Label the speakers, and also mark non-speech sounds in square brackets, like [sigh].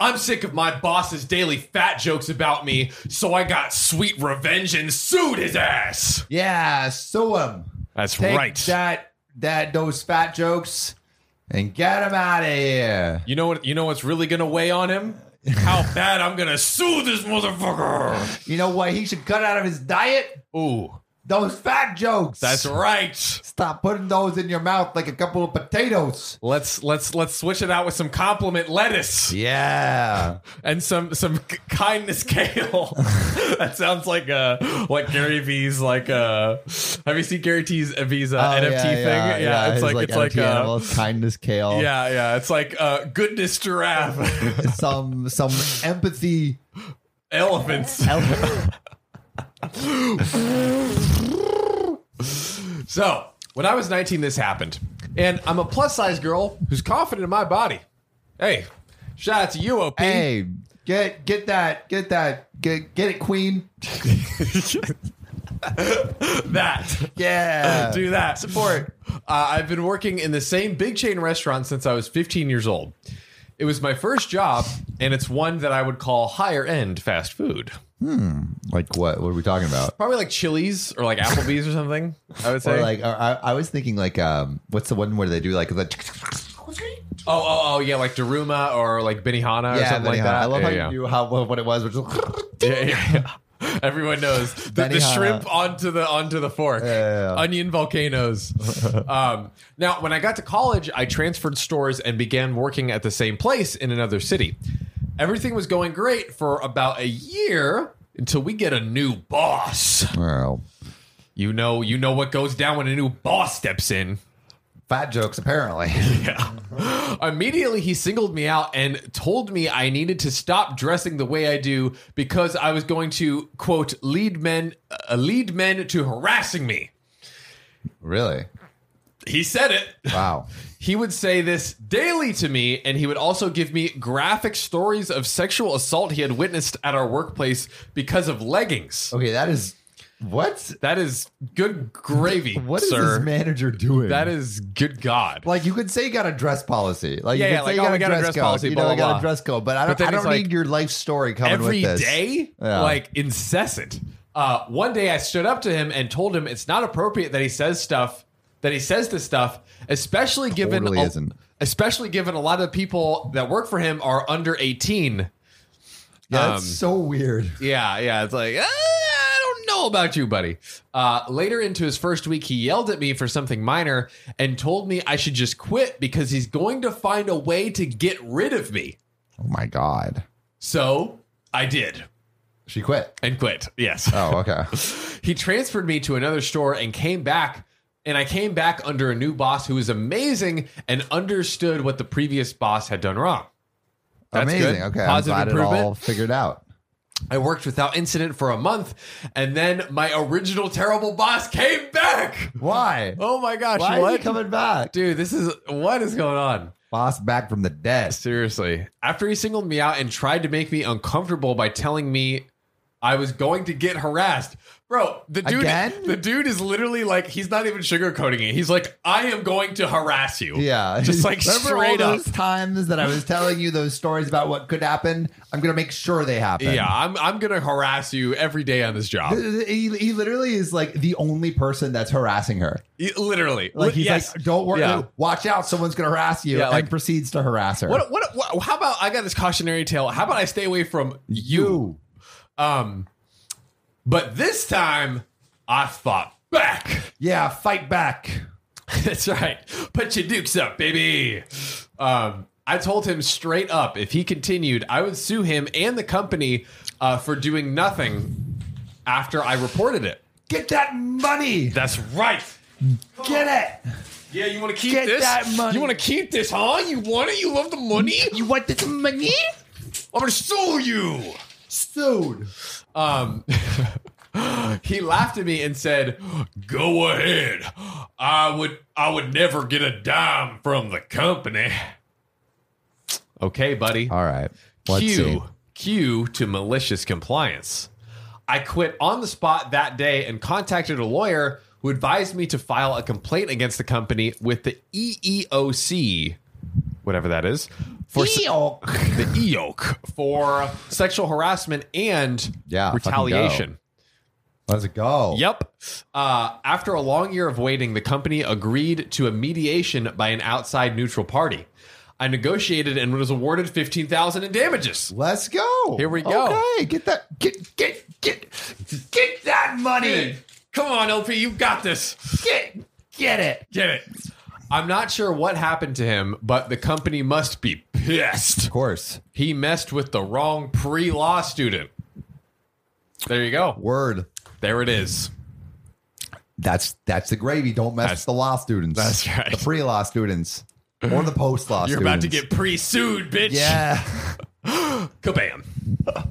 Speaker 1: I'm sick of my boss's daily fat jokes about me, so I got sweet revenge and sued his ass.
Speaker 2: Yeah, sue him.
Speaker 1: That's
Speaker 2: Take
Speaker 1: right.
Speaker 2: that that those fat jokes and get him out of here.
Speaker 1: You know what? You know what's really gonna weigh on him? [laughs] How bad I'm gonna sue this motherfucker.
Speaker 2: You know what? He should cut out of his diet
Speaker 1: Ooh,
Speaker 2: those fat jokes.
Speaker 1: that's right.
Speaker 2: Stop putting those in your mouth like a couple of potatoes.
Speaker 1: Let's let's let's switch it out with some compliment lettuce
Speaker 2: Yeah.
Speaker 1: and some some k- kindness [laughs] kale. that sounds like uh like Gary V's like uh have you seen Gary T's uh, V's uh,
Speaker 2: Oh,
Speaker 1: NFT thing? Yeah, it's like, it's like uh,
Speaker 2: kindness kale.
Speaker 1: yeah yeah it's like uh goodness [laughs] giraffe
Speaker 2: [laughs] Some some empathy.
Speaker 1: elephants. [laughs] So when I was 19, this happened, and I'm a plus size girl who's confident in my body. Hey, shout out to you, OP.
Speaker 2: hey, get get that get that get get it, Queen.
Speaker 1: [laughs] that.
Speaker 2: Yeah.
Speaker 1: do that. Support. Uh, I've been working in the same big chain restaurant since I was 15 years old. It was my first job, and it's one that I would call higher end fast food.
Speaker 2: Like what? What are we talking about?
Speaker 1: Probably like Chili's or like Applebee's or something. I would say.
Speaker 2: Or like or I, I was thinking like um what's the one where they do like the [laughs]
Speaker 1: oh, oh, oh, yeah, like Daruma or like Benihana or something like
Speaker 2: Benihana.
Speaker 1: that.
Speaker 2: I love
Speaker 1: yeah,
Speaker 2: how
Speaker 1: yeah.
Speaker 2: you knew how what it was, which [laughs] was
Speaker 1: Yeah, [laughs] yeah, yeah. Everyone knows the, the
Speaker 2: Benihana.
Speaker 1: shrimp onto the onto the fork.
Speaker 2: yeah, yeah.
Speaker 1: Onion volcanoes.
Speaker 2: [laughs]
Speaker 1: um, now, when I got to college, I transferred stores and began working at the same place in another city. Everything was going great for about a year until we get a new boss.
Speaker 2: well,
Speaker 1: You know, you know what goes down when a new boss steps in.
Speaker 2: fat jokes apparently. [laughs]
Speaker 1: Yeah. [laughs] Immediately, he singled me out and told me I needed to stop dressing the way I do because I was going to quote lead men uh, lead men to harassing me.
Speaker 2: really?
Speaker 1: He said it. [laughs]
Speaker 2: Wow.
Speaker 1: He would say this daily to me, and he would also give me graphic stories of sexual assault he had witnessed at our workplace because of leggings.
Speaker 2: Okay, that is what?
Speaker 1: That is good gravy,
Speaker 2: What is
Speaker 1: sir.
Speaker 2: this manager doing?
Speaker 1: that is good God.
Speaker 2: like you could say you got a dress policy. Like
Speaker 1: Yeah,
Speaker 2: you could
Speaker 1: yeah,
Speaker 2: say
Speaker 1: like,
Speaker 2: you
Speaker 1: oh,
Speaker 2: got,
Speaker 1: we
Speaker 2: a
Speaker 1: got a
Speaker 2: dress
Speaker 1: dress
Speaker 2: code.
Speaker 1: policy,
Speaker 2: you
Speaker 1: blah,
Speaker 2: know, I
Speaker 1: blah,
Speaker 2: got
Speaker 1: blah.
Speaker 2: a dress code, but I
Speaker 1: But
Speaker 2: don't,
Speaker 1: then
Speaker 2: I don't
Speaker 1: he's like-
Speaker 2: need your life story coming
Speaker 1: every
Speaker 2: with this.
Speaker 1: day,
Speaker 2: Yeah.
Speaker 1: like incessant. Uh, one day I stood up to him and told him it's not appropriate that he says stuff that he says this stuff, especially given
Speaker 2: Totally
Speaker 1: a-
Speaker 2: isn't.
Speaker 1: especially given a lot of people that work for him are under 18.
Speaker 2: Yeah, that's
Speaker 1: Um,
Speaker 2: so weird.
Speaker 1: Yeah, yeah. It's like, "Ah, I don't know about you, buddy. Uh, later into his first week, he yelled at me for something minor and told me I should just quit because he's going to find a way to get rid of me.
Speaker 2: Oh my god.
Speaker 1: So I did
Speaker 2: She quit.
Speaker 1: and quit. Yes.
Speaker 2: Oh,
Speaker 1: [laughs]
Speaker 2: okay.
Speaker 1: He transferred me to another store and came back. And I came back under a new boss who was amazing and understood what the previous boss had done wrong. That's
Speaker 2: Amazing.
Speaker 1: good.
Speaker 2: Okay.
Speaker 1: Positive
Speaker 2: I'm glad
Speaker 1: improvement.
Speaker 2: it all figured out.
Speaker 1: I worked without incident for a month, and then my original terrible boss came back.
Speaker 2: Why?
Speaker 1: Oh my gosh!
Speaker 2: Why is he
Speaker 1: what?
Speaker 2: coming back?
Speaker 1: Dude, this is what is going on?
Speaker 2: Boss back from the dead.
Speaker 1: Seriously. After he singled me out and tried to make me uncomfortable by telling me I was going to get harassed. Bro, the dude
Speaker 2: Again?
Speaker 1: the dude is literally like he's not even sugarcoating it. He's like, I am going to harass you.
Speaker 2: Yeah,
Speaker 1: [laughs] Just like
Speaker 2: Remember
Speaker 1: straight
Speaker 2: all
Speaker 1: up.
Speaker 2: those times that I was telling you those stories about what could happen. I'm gonna make sure they happen.
Speaker 1: Yeah, I'm I'm gonna harass you every day on this job.
Speaker 2: He, he literally is like the only person that's harassing her.
Speaker 1: Y- Literally.
Speaker 2: Like he's
Speaker 1: Yes.
Speaker 2: like, don't worry,
Speaker 1: Yeah.
Speaker 2: watch out, someone's gonna harass you,
Speaker 1: Yeah, like-
Speaker 2: and proceeds to harass her.
Speaker 1: What, what what how about I got this cautionary tale? How about I stay away from you?
Speaker 2: you?
Speaker 1: Um but this time I fought back.
Speaker 2: Yeah, fight back.
Speaker 1: [laughs] That's right. Put your dukes up, baby. Um, I told him straight up if he continued, I would sue him and the company uh, for doing nothing after I reported it.
Speaker 2: Get that money.
Speaker 1: That's right.
Speaker 2: Get it.
Speaker 1: Yeah, you want to keep
Speaker 2: Get
Speaker 1: this?
Speaker 2: that money.
Speaker 1: You want to keep this, huh? You want it? You love the money?
Speaker 2: [laughs] You want this money?
Speaker 1: I'm gonna sue you.
Speaker 2: Sued.
Speaker 1: Um, [laughs] he laughed at me and said, "Go ahead. I would. I would never get a dime from the company." Okay, buddy.
Speaker 2: All right. Let's
Speaker 1: Q,
Speaker 2: see.
Speaker 1: Q to malicious compliance. I quit on the spot that day and contacted a lawyer who E advised me to file a complaint against the company with the EEOC whatever that is, for
Speaker 2: E
Speaker 1: se- [laughs] the EOC for sexual harassment and
Speaker 2: Yeah, fucking
Speaker 1: retaliation.
Speaker 2: Let's go.
Speaker 1: Yep. Uh, after a long year of waiting, the company agreed to a mediation by an outside neutral party. I negotiated and was awarded fifteen thousand in damages.
Speaker 2: Let's go.
Speaker 1: Here we go.
Speaker 2: Okay, get that get get get get that money.
Speaker 1: Come on, LP, you got this.
Speaker 2: Get get it.
Speaker 1: Get it. I'm not sure what happened to him, but the company must be pissed.
Speaker 2: Of course.
Speaker 1: He messed with the wrong pre-law student. There you go.
Speaker 2: Word.
Speaker 1: There it is.
Speaker 2: That's that's the gravy. Don't mess
Speaker 1: That's-
Speaker 2: with the law students.
Speaker 1: that's right.
Speaker 2: The pre-law students or the post-law
Speaker 1: You're
Speaker 2: students.
Speaker 1: about to get pre-sued, bitch.
Speaker 2: Yeah.
Speaker 1: Kabam.